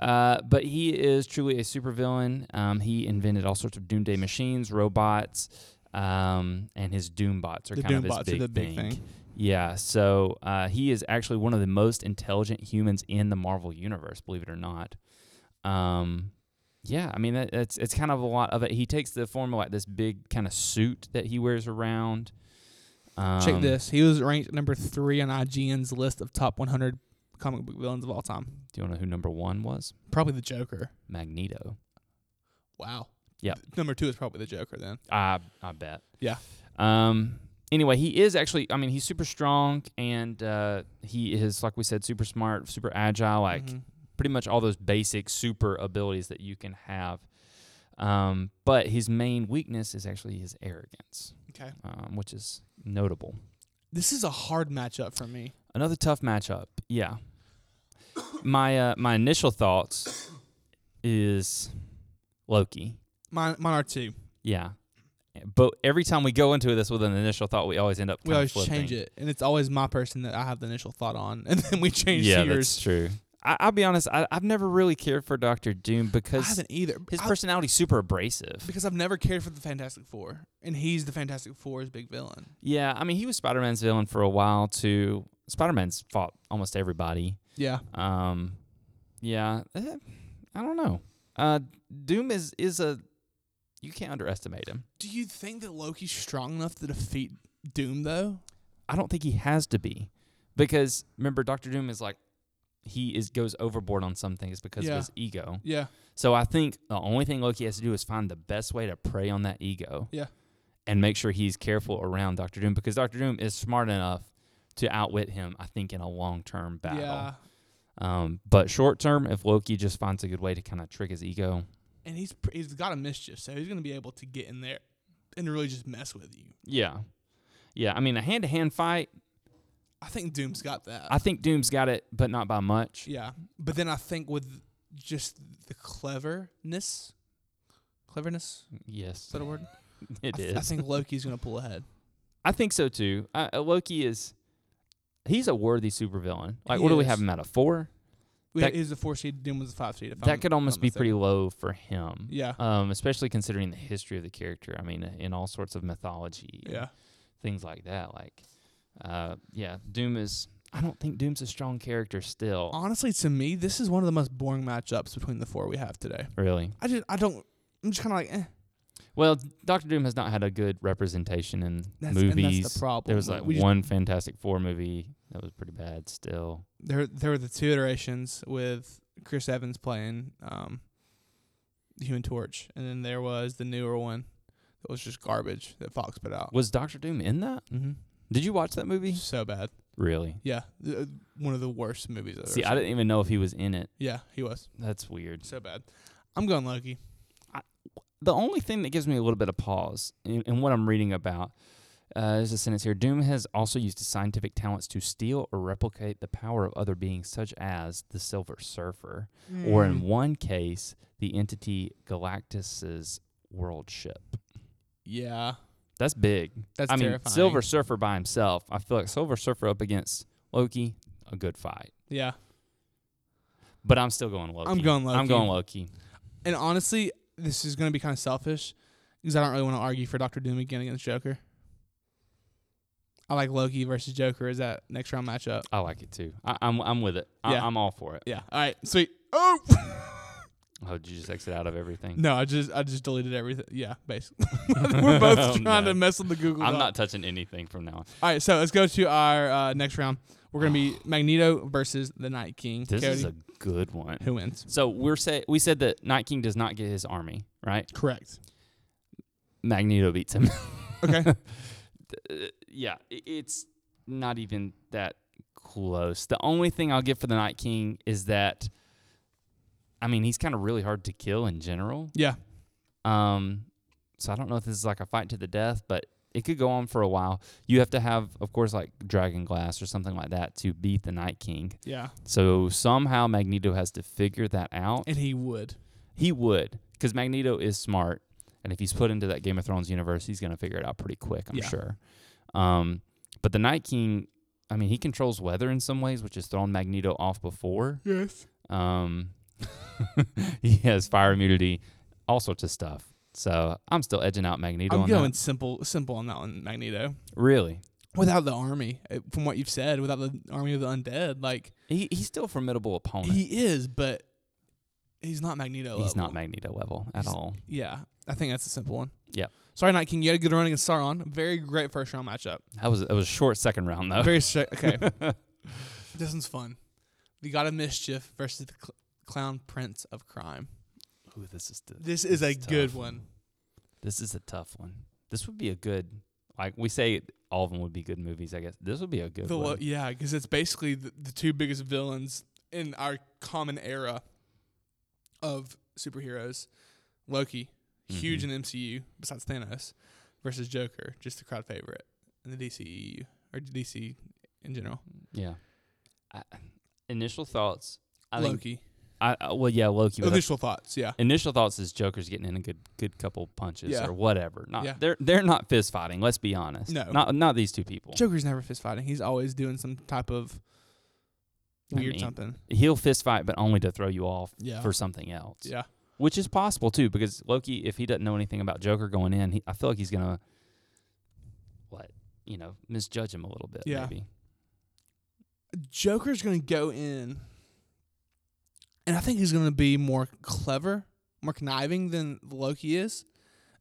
Uh, but he is truly a supervillain. Um, he invented all sorts of doomsday machines, robots, um, and his doombots are
The
kind of his
doombots are
big,
the big
thing.
thing.
Yeah, so uh, he is actually one of the most intelligent humans in the Marvel universe, believe it or not. Um, yeah, I mean that, that's it's kind of a lot of it. He takes the form of like this big kind of suit that he wears around. Um,
Check this. He was ranked number three on IGN's list of top 100 comic book villains of all time.
Do you want to know who number one was?
Probably the Joker.
Magneto.
Wow.
Yep.
Number two is probably the Joker then.
I I bet.
Yeah.
Um. Anyway, he is actually. I mean, he's super strong, and uh, he is like we said, super smart, super agile. Like
Mhm.
pretty much all those basic super abilities that you can have. Um, but his main weakness is actually his arrogance,
Okay.
um, which is notable.
This is a hard matchup for me.
Another tough matchup. Yeah. My uh, my initial thoughts is Loki.
Mine, mine are two.
Yeah. But every time we go into this with an initial thought, we always end up.
We
kinda
always
flipping.
change it, and it's always my person that I have the initial thought on, (laughs) and then we change
(laughs) Yeah,
to
that's
yours.
true. I, I'll be honest. I, I've never really cared for Doctor Doom
I
because
haven't either.
his
I-
personality's super abrasive.
(laughs) because I've never cared for the Fantastic Four, and he's the Fantastic Four's big villain.
Yeah, I mean, he was Spider Man's villain for a while too. Spider Man's fought almost everybody.
Yeah,
Um, yeah, eh, I don't know. Uh, Doom is is a you can't underestimate him.
Do you think that Loki's strong enough to defeat Doom though?
I don't think he has to be because remember Doctor Doom is like he is goes overboard on some things because
Yeah.
of his ego.
Yeah.
So I think the only thing Loki has to do is find the best way to prey on that ego.
Yeah.
And make sure he's careful around Doctor Doom because Doctor Doom is smart enough to outwit him, I think, in a long term battle.
Yeah.
Um, but short term, if Loki just finds a good way to kind of trick his ego,
And he's pr- he's got a mischief, so he's gonna be able to get in there and really just mess with you.
yeah, yeah. I mean, a hand to hand fight,
I think Doom's got that.
I think Doom's got it, but not by much.
yeah. But then I think with just the cleverness, cleverness is
Yes,
that a word?
(laughs) it
I,
is.
th- I think Loki's gonna pull ahead.
I think so too. Uh, uh, Loki is he's a worthy supervillain. Like, what do we
is.
have him at a four?
We
That-
is the four seed. Doom was the five seed. If I'm
that could almost
not
be
mistaken.
pretty low for him.
Yeah.
Um, especially considering the history of the character. I mean, in all sorts of mythology, and
Yeah.
things like that. Like, uh, yeah, Doom is. I don't think Doom's a strong character still.
Honestly, to me, this is one of the most boring matchups between the four we have today.
Really?
I just I don't. I'm just kind of like eh.
Well, Doctor Doom has not had a good representation in
That's,
movies.
And that's the problem.
There was
We-
like
we just-
one Fantastic Four movie that was pretty bad still.
there there were the two iterations with Chris Evans playing um the Human Torch, and then there was the newer one that was just garbage that Fox put out.
Was Doctor Doom in that?
Mm-hmm.
Did you watch that movie?
So bad.
Really?
Yeah, th- uh, one of the worst movies. I've
See,
ever
I
seen.
didn't even know if he was in it.
Yeah, he was
That's weird.
so bad. I'm going Loki.
the only thing that gives me a little bit of pause in, in what I'm reading about uh, is a sentence here. Doom has also used his scientific talents to steal or replicate the power of other beings, such as the Silver Surfer, or
Hmm.
in one case, the entity Galactus's world ship.
yeah,
That's big.
that's
I mean,
terrifying.
Silver Surfer by himself. I feel like Silver Surfer up against Loki, a good fight.
Yeah,
But I'm still going Loki.
going
I'm
Loki.
going Loki.
and honestly, this is going to be kind of selfish because I don't really want to argue for Doctor Doom again against Joker. I like Loki versus Joker as that next round matchup.
I like it too. I, I'm I'm with it. I,
Yeah.
I'm all for it.
Yeah. All right. Sweet. Oh (laughs)
Oh, did you just exit out of everything?
no! I just I just deleted everything. Yeah, basically. (laughs) We're both
Oh,
trying
(laughs) no.
to mess with the Google.
I'm
Doc.
not touching anything from now on.
All right. So let's go to our uh, next round. We're gonna
(sighs)
be Magneto versus the Night King.
This is a
Cody,
good one.
who wins?
So we're say we said that Night King does not get his army, right?
Correct.
Magneto beats him.
(laughs) Okay.
Uh, (laughs) yeah, i- it's not even that close. The only thing I'll give for the Night King is that I mean, he's kind of really hard to kill in general.
yeah.
Um so I don't know if this is like a fight to the death, but it could go on for a while. You have to have of course like Dragon Glass or something like that to beat the Night King.
Yeah.
So somehow Magneto has to figure that out.
And he would.
He would, because Magneto is smart, and if he's put into that Game of Thrones universe, he's going to figure it out pretty quick, I'm
Yeah.
sure. Um, but the Night King, I mean, he controls weather in some ways, which has thrown Magneto off before.
Yes.
Um, (laughs) he has fire immunity, all sorts of stuff. So I'm still edging out Magneto.
I'm
on
going
That.
simple, simple on that one, Magneto.
Really,
Without the army, uh, from what you've said, without the army of the undead, like
he, he's still a formidable opponent.
he is, but he's not Magneto.
he's
level.
not Magneto level at
He's-
all.
Yeah, I think that's a simple one.
Yeah.
Sorry, Night King. You had a good run against Sauron. Very great first round matchup.
That was that was a short second round though.
Very
(laughs)
stri- okay. this one's fun. The God of Mischief versus the cl- Clown Prince of Crime.
Ooh, this is the,
This is a
tough.
good one.
This is a tough one. This would be a good like we say all of them would be good movies, I guess. This would be a good
The lo-
one.
yeah, because it's basically the, the two biggest villains in our common era of superheroes. Loki, huge
Mhm.
in the MCU, besides Thanos, versus Joker, just the crowd favorite in the DCEU or DC in general.
Yeah. I, initial thoughts. I think
Loki. Oh,
I, I well yeah, Loki was
Initial thoughts. Yeah.
initial thoughts is Joker's getting in a good good couple punches
Yeah.
or whatever. Not
Yeah.
they're they're not fist fighting, let's be honest.
No.
Not not these two people.
Joker's never fist fighting. He's always doing some type of
I
weird
mean,
something.
He'll fist fight but only to throw you off
Yeah.
for something else.
yeah.
Which is possible too, because Loki, if he doesn't know anything about Joker going in, he, I feel like he's gonna what you know misjudge him a little bit.
Yeah.
Maybe.
Joker's going to go in, and I think he's going to be more clever more conniving than Loki is,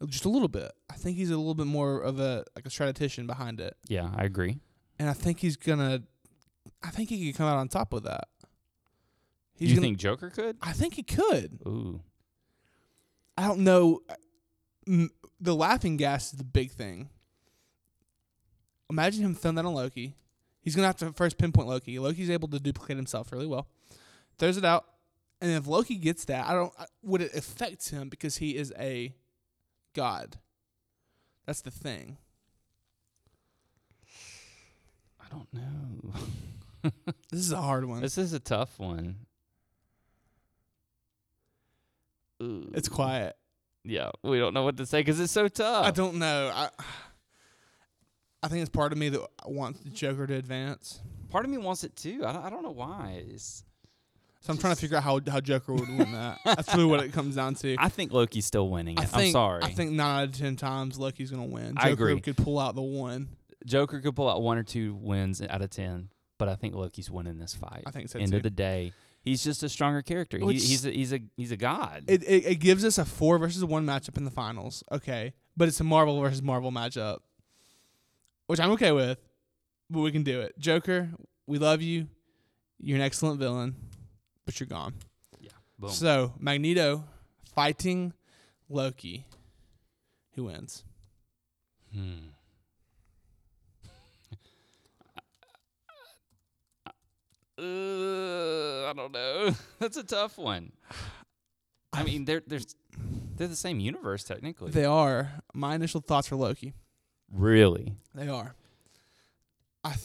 just a little bit. I think he's a little bit more of a like a strategician behind it,
Yeah, I agree.
and I think he's gonna. I think he could come out on top with that. He's
you
gonna,
think Joker could?
I think he could.
Ooh.
I don't know. uh, M- The laughing gas is the big thing. Imagine him throwing that on Loki. He's gonna have to first pinpoint Loki. Loki's able to duplicate himself really well. Throws it out, and if Loki gets that, I don't. I- Would it affect him because he is a god? That's the thing.
I don't know.
This is a hard one.
this is a tough one. Ooh.
It's quiet.
Yeah, we don't know what to say because it's so tough.
I don't know. I I think it's part of me that wants the Joker to advance.
Part of me wants it too. I don't, I don't know why. It's,
So I'm trying to figure out how how Joker would win that. That's really what it comes down to.
(laughs) I think Loki's still winning it.
I think,
I'm sorry.
I think nine out of ten times Loki's gonna win. Joker
I agree.
Could pull out the one.
Joker could pull out one or two wins out of ten, but I think Loki's winning this fight.
I think so
End
too.
of the day, he's just a stronger character. He,
Which-
he's a, he's a he's a god.
it, it it gives us a four versus one matchup in the finals. Okay, but it's a Marvel versus Marvel matchup, which I'm okay with. But we can do it. Joker, we love you. You're an excellent villain, but you're gone.
yeah. Boom.
So Magneto fighting Loki. Who wins?
Hmm. (laughs) Uh, I don't know. (laughs) That's a tough one. I mean, they're they're they're the same universe technically.
They are. My initial thoughts are Loki.
really?
They are. I th-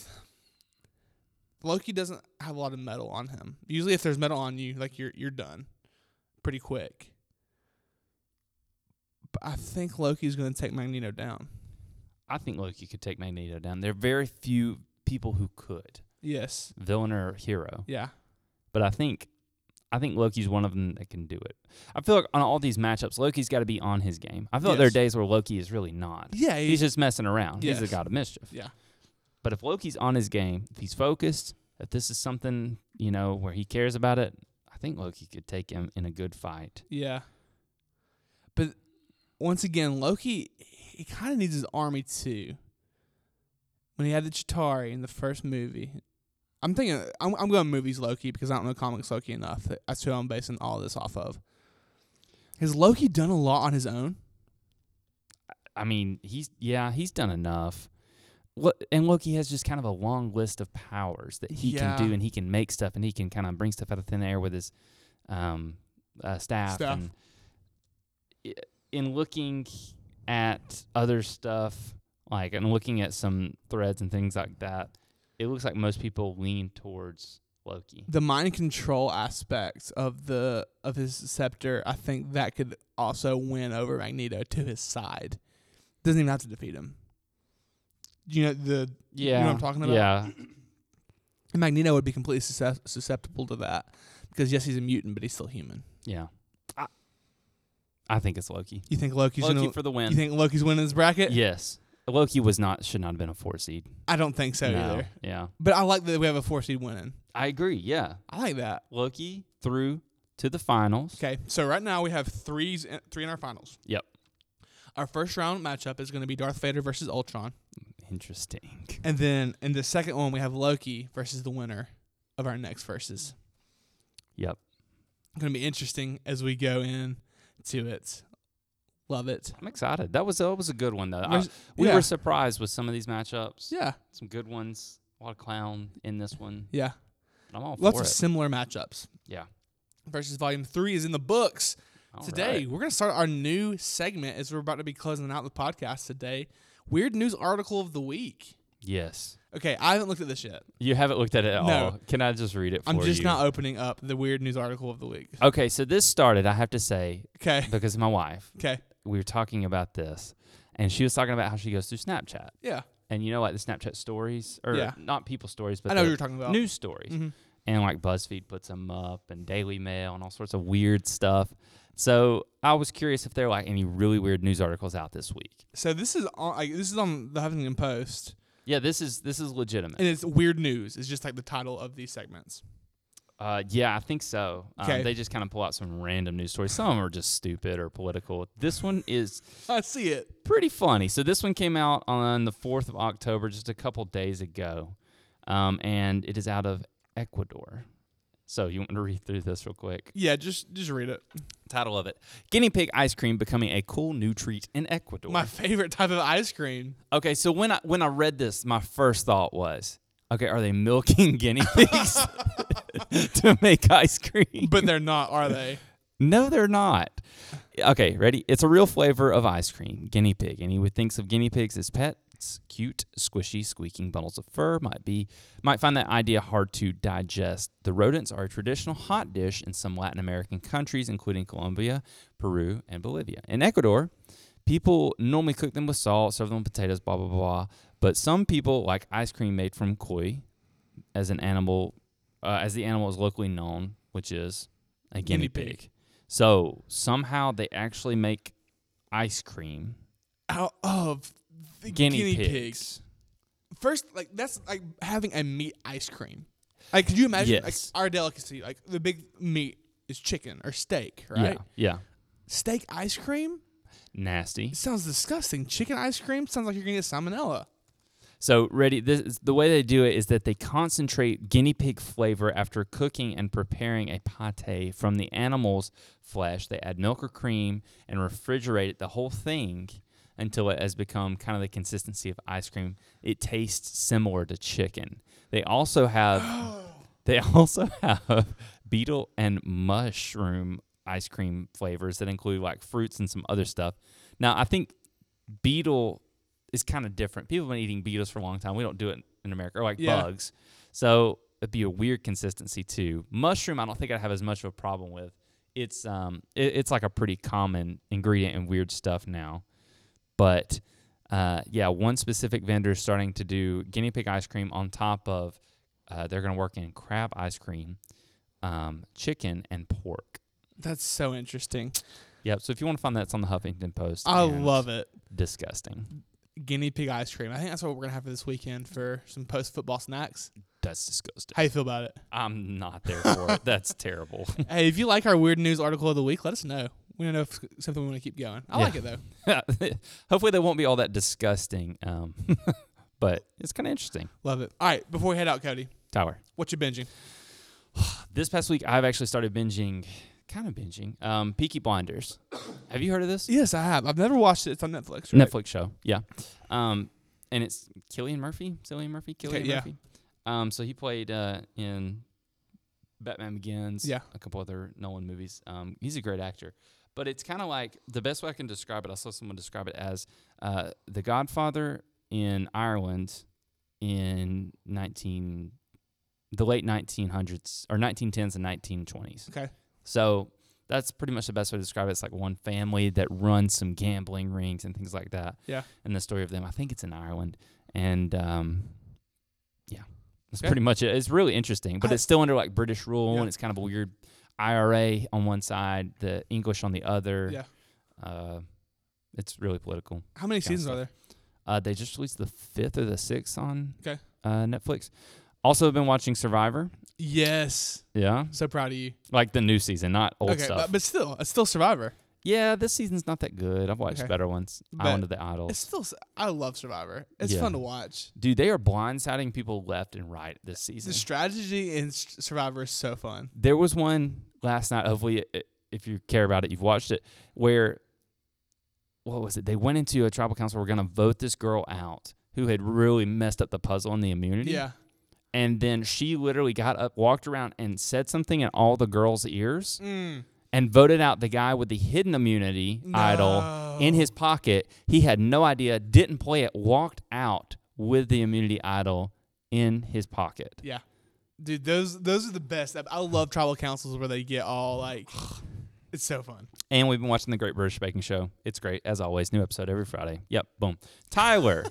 Loki doesn't have a lot of metal on him. Usually, if there's metal on you, like you're you're done pretty quick. But I think Loki's going to take Magneto down.
I think Loki could take Magneto down. There are very few people who could,
Yes.
villain or hero.
Yeah.
But I think I think Loki's one of them that can do it. I feel like on all these matchups, Loki's got to be on his game. I feel like there are
Yes.
days where Loki is really not.
Yeah.
He's just messing around. He's
Yes.
the god of mischief.
yeah.
But if Loki's on his game, if he's focused, if this is something, you know, where he cares about it, I think Loki could take him in a good fight.
Yeah. But once again, Loki he kind of needs his army too. When he had the Chitari in the first movie, I'm thinking I'm, I'm going movies Loki because I don't know comics Loki enough. That's who I'm basing all this off of. Has Loki done a lot on his own?
I mean, he's yeah, he's done enough. Lo- And Loki has just kind of a long list of powers that he
Yeah.
can do, and he can make stuff, and he can kind of bring stuff out of thin air with his um, uh, staff.
Staff.
And i- in looking at other stuff, like and looking at some threads and things like that, it looks like most people lean towards Loki.
The mind control aspects of the of his scepter, I think that could also win over Magneto to his side. Doesn't even have to defeat him. You know the
Yeah,
know what I'm talking about?
Yeah,
And Magneto would be completely suscep- susceptible to that because yes, he's a mutant, but he's still human.
yeah. I, I think it's Loki.
You think Loki's
Loki
gonna?
for the
you
win.
think Loki's winning this (laughs) bracket?
Yes. Loki was not should not have been a four seed.
I don't think so
No.
either.
Yeah.
But I like that we have a four seed winning.
I agree. Yeah.
I like that.
Loki through to the finals.
Okay, so right now we have threes, in- three in our finals.
Yep.
Our first round matchup is going to be Darth Vader versus Ultron,
Interesting.
and then in the second one we have Loki versus the winner of our next verses.
Yep.
Going to be interesting as we go in to it. Love it.
I'm excited. That was that was a good one though. I-
There's-
Uh, we
yeah.
were surprised with some of these matchups.
Yeah,
Some good ones. A lot of clown in this one.
yeah.
I'm all
Lots
for
of
it.
similar matchups.
Yeah.
versus volume three is in the books
All
today
right.
we're going to start our new segment as we're about to be closing out the podcast today weird news article of the week
Yes.
okay i haven't looked at this yet
You haven't looked at it at
No.
all. Can I just read it for
i'm just
you?
not opening up the weird news article of the week
Okay, so this started, I have to say,
okay
because my wife,
okay
we were talking about this, and she was talking about how she goes through Snapchat.
yeah
and you know like the Snapchat stories or
Yeah.
not people stories, but
i know what
the
you're talking about
news stories.
Mhm.
And like BuzzFeed puts them up, and Daily Mail, and all sorts of weird stuff. So I was curious if there are like any really weird news articles out this week.
so this is on like, this is on the huffington post
Yeah, this is this is legitimate.
and it's weird news it's just like the title of these segments
Uh, yeah, I think so. Um,
Okay.
They just kind of pull out some random news stories. Some of 'em are just stupid or political. This one is
I see it.
pretty funny. So this one came out on the 4th of October, just a couple days ago, um, and it is out of Ecuador. So you want to read through this real quick?
Yeah, just just read it.
Title of it: Guinea pig ice cream becoming a cool new treat in Ecuador.
My favorite type of ice cream.
okay, so when I when I read this, my first thought was, okay, are they milking (laughs) guinea pigs to make ice cream?
But they're not,
(laughs)
are they?
No, they're not. Okay, ready? It's a real flavor of ice cream, guinea pig. And he would thinks of guinea pigs as pets, cute, squishy, squeaking bundles of fur. Might be might find that idea hard to digest. The rodents are a traditional hot dish in some Latin American countries, including Colombia, Peru, and Bolivia. In Ecuador, people normally cook them with salt, serve them with potatoes, blah blah blah. But some people like ice cream made from koi, as an animal, uh, as the animal is locally known, which is a
Guinea
guinea,
pig.
pig. So somehow they actually make ice cream
Out of the
guinea,
guinea,
pigs.
pigs. First, like that's like having a meat ice cream. Like, could you imagine
Yes.
like our delicacy? Like the big meat is chicken or steak, right?
Yeah, yeah,
Steak ice cream
nasty.
it sounds disgusting. Chicken ice cream sounds like you're gonna get salmonella.
So ready. This is- the way they do it is that they concentrate guinea pig flavor after cooking and preparing a pate from the animal's flesh. They add milk or cream and refrigerate it, the whole thing until it has become kind of the consistency of ice cream. It tastes similar to chicken. They
(gasps)
also have (gasps) they (laughs) also have beetle and mushroom ice cream flavors that include like fruits and some other stuff. Now I think beetle is kind of different. People have been eating beetles for a long time. We don't do it in America, or like
Yeah.
bugs. So it'd be a weird consistency too. Mushroom, I don't think I'd have as much of a problem with. It's um, it, it's like a pretty common ingredient in weird stuff now. But uh, yeah, one specific vendor is starting to do guinea pig ice cream on top of. Uh, they're going to work in crab ice cream, um, chicken, and pork.
That's so interesting.
Yep. So if you want to find that, it's on the Huffington Post.
I love it.
Disgusting.
Guinea pig ice cream. I think that's what we're gonna have for this weekend for some post football snacks.
That's disgusting.
How you feel about
(laughs)
it?
I'm not there for it. That's terrible. (laughs)
hey, if you like our weird news article of the week, let us know. We don't know if it's something we want to keep going. I
Yeah.
like it though.
Hopefully, they won't be all that disgusting. Um, (laughs) but it's kind of interesting.
Love it. All right, before we head out, Cody,
Tower.
what you binging?
This past week, I've actually started binging, kind of binging, um, Peaky Blinders. Have you heard of this?
Yes, I have. I've never watched it. It's on Netflix. Right?
Netflix show. Yeah. Um, and it's Killian Murphy. Cillian Murphy. Killian
yeah.
Murphy. Um, so he played uh, in Batman Begins.
Yeah.
A couple other Nolan movies. Um, he's a great actor. But it's kind of like the best way I can describe it. I saw someone describe it as uh, The Godfather in Ireland in nineteen, the late nineteen hundreds or nineteen tens and nineteen twenties.
Okay.
So that's pretty much the best way to describe it. It's like one family that runs some gambling rings and things like that.
Yeah.
And the story of them, I think it's in Ireland. And um, yeah, that's
Okay.
pretty much it. It's really interesting, but
I-
it's still under like British rule
Yeah.
and it's kind of a weird IRA on one side, the English on the other.
Yeah.
Uh, it's really political.
How many
Kinda
seasons are
stuff.
there?
Uh, they just released the fifth or the sixth on
Okay.
uh, Netflix. Also, been watching Survivor.
Yes.
Yeah,
So proud of you.
like the new season, not old
okay,
stuff.
But, but still, it's still Survivor.
Yeah, this season's not that good. I've watched
Okay.
better ones.
But
Island of the
It's
Idols.
still. s- I love Survivor. It's
Yeah.
fun to watch.
Dude, they are blindsiding people left and right this season.
The strategy in S- Survivor is so fun.
there was one last night. Hopefully, i- if you care about it, you've watched it. Where, what was it? They went into a tribal council. We're gonna vote this girl out who had really messed up the puzzle on the immunity.
Yeah.
And then she literally got up, walked around, and said something in all the girls' ears,
Mm.
and voted out the guy with the hidden immunity idol. in
No.
his pocket. He had no idea, didn't play it, walked out with the immunity idol in his pocket.
Yeah, dude, those those are the best. I, I love tribal councils where they get all like, (sighs) it's so fun.
And we've been watching the (laughs) Great British Baking Show. It's great, as always. New episode every Friday. Yep, boom. Tyler,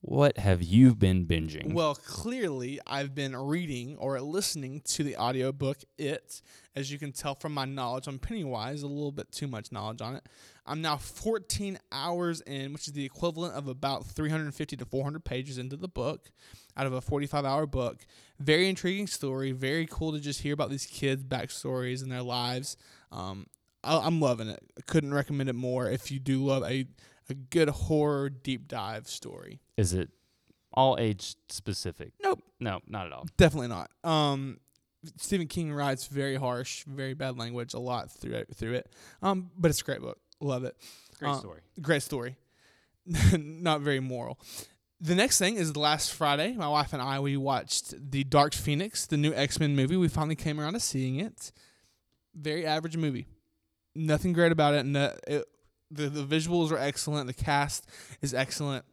What have you been binging?
Well, clearly, I've been reading or listening to the audiobook It. As you can tell from my knowledge on Pennywise, a little bit too much knowledge on it. I'm now 14 hours in, which is the equivalent of about 350 to 400 pages into the book out of a 45 hour book. Very intriguing story. Very cool to just hear about these kids' backstories and their lives. Um, I, I'm loving it. Couldn't recommend it more if you do love a, a good horror deep dive story.
Is it all age specific?
Nope.
No, not at all.
Definitely not. Um, Stephen King writes very harsh, very bad language a lot through it, through it. Um, but it's a great book. Love it.
Great
Uh,
story.
Great story. (laughs) not very moral. The next thing is last Friday, my wife and I we watched The Dark Phoenix, the new X-Men movie. We finally came around to seeing it. Very average movie. Nothing great about it. No, it the, the visuals are excellent. The cast is excellent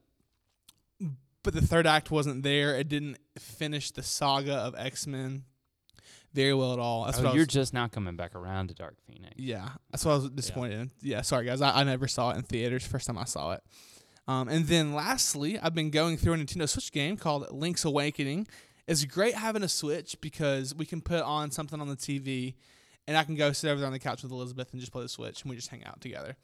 but the third act wasn't there. It didn't finish the saga of X Men very well at all. That's what
Oh,
I
you're
was,
just now coming back around to Dark Phoenix.
yeah, that's what I was disappointed in. Yeah, sorry guys, I, I never saw it in theaters. First time I saw it. Um, and then lastly, I've been going through a Nintendo Switch game called Link's Awakening. It's great having a Switch because we can put on something on the TV, and I can go sit over there on the couch with Elizabeth and just play the Switch, and we just hang out together.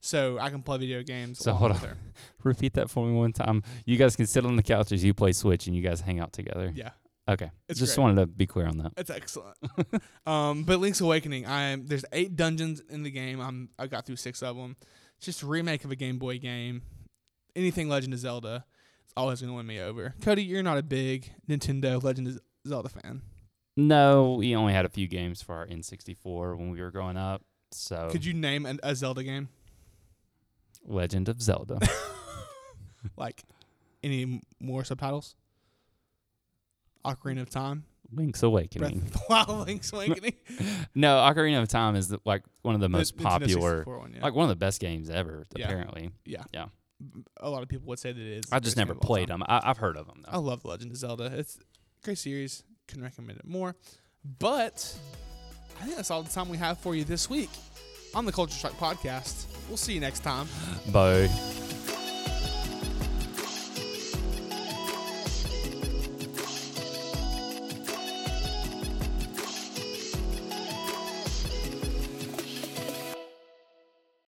So I can play video games.
So
along
hold
with
on.
her.
Repeat that for me one time. You guys can sit on the couch as you play Switch and you guys hang out together.
Yeah.
Okay.
It's
just
great.
wanted to be clear on that.
It's excellent. (laughs) um, but Link's Awakening, I am there's eight dungeons in the game. I'm I got through six of them. It's just a remake of a Game Boy game. Anything Legend of Zelda is always gonna win me over. Cody, you're not a big Nintendo Legend of Zelda fan.
No, we only had a few games for our N64 when we were growing up. So
Could you name an, a Zelda
(laughs)
game
Legend of Zelda.
like any m- more subtitles? Ocarina of Time,
Link's
Breath
Awakening.
of the Wild, Link's Awakening,
No, Ocarina of Time is the, like one of the most
Nintendo
popular,
64 one, yeah.
like one of the best games ever,
Yeah.
apparently.
a lot of people would say that it is.
I just never played
them.
them. I, I've heard of them,
I
though.
love The Legend of Zelda. It's a great series. Can recommend it more. But I think that's all the Oh. time we have for you this week on the Culture Shock Podcast. We'll see you next time.
Bye.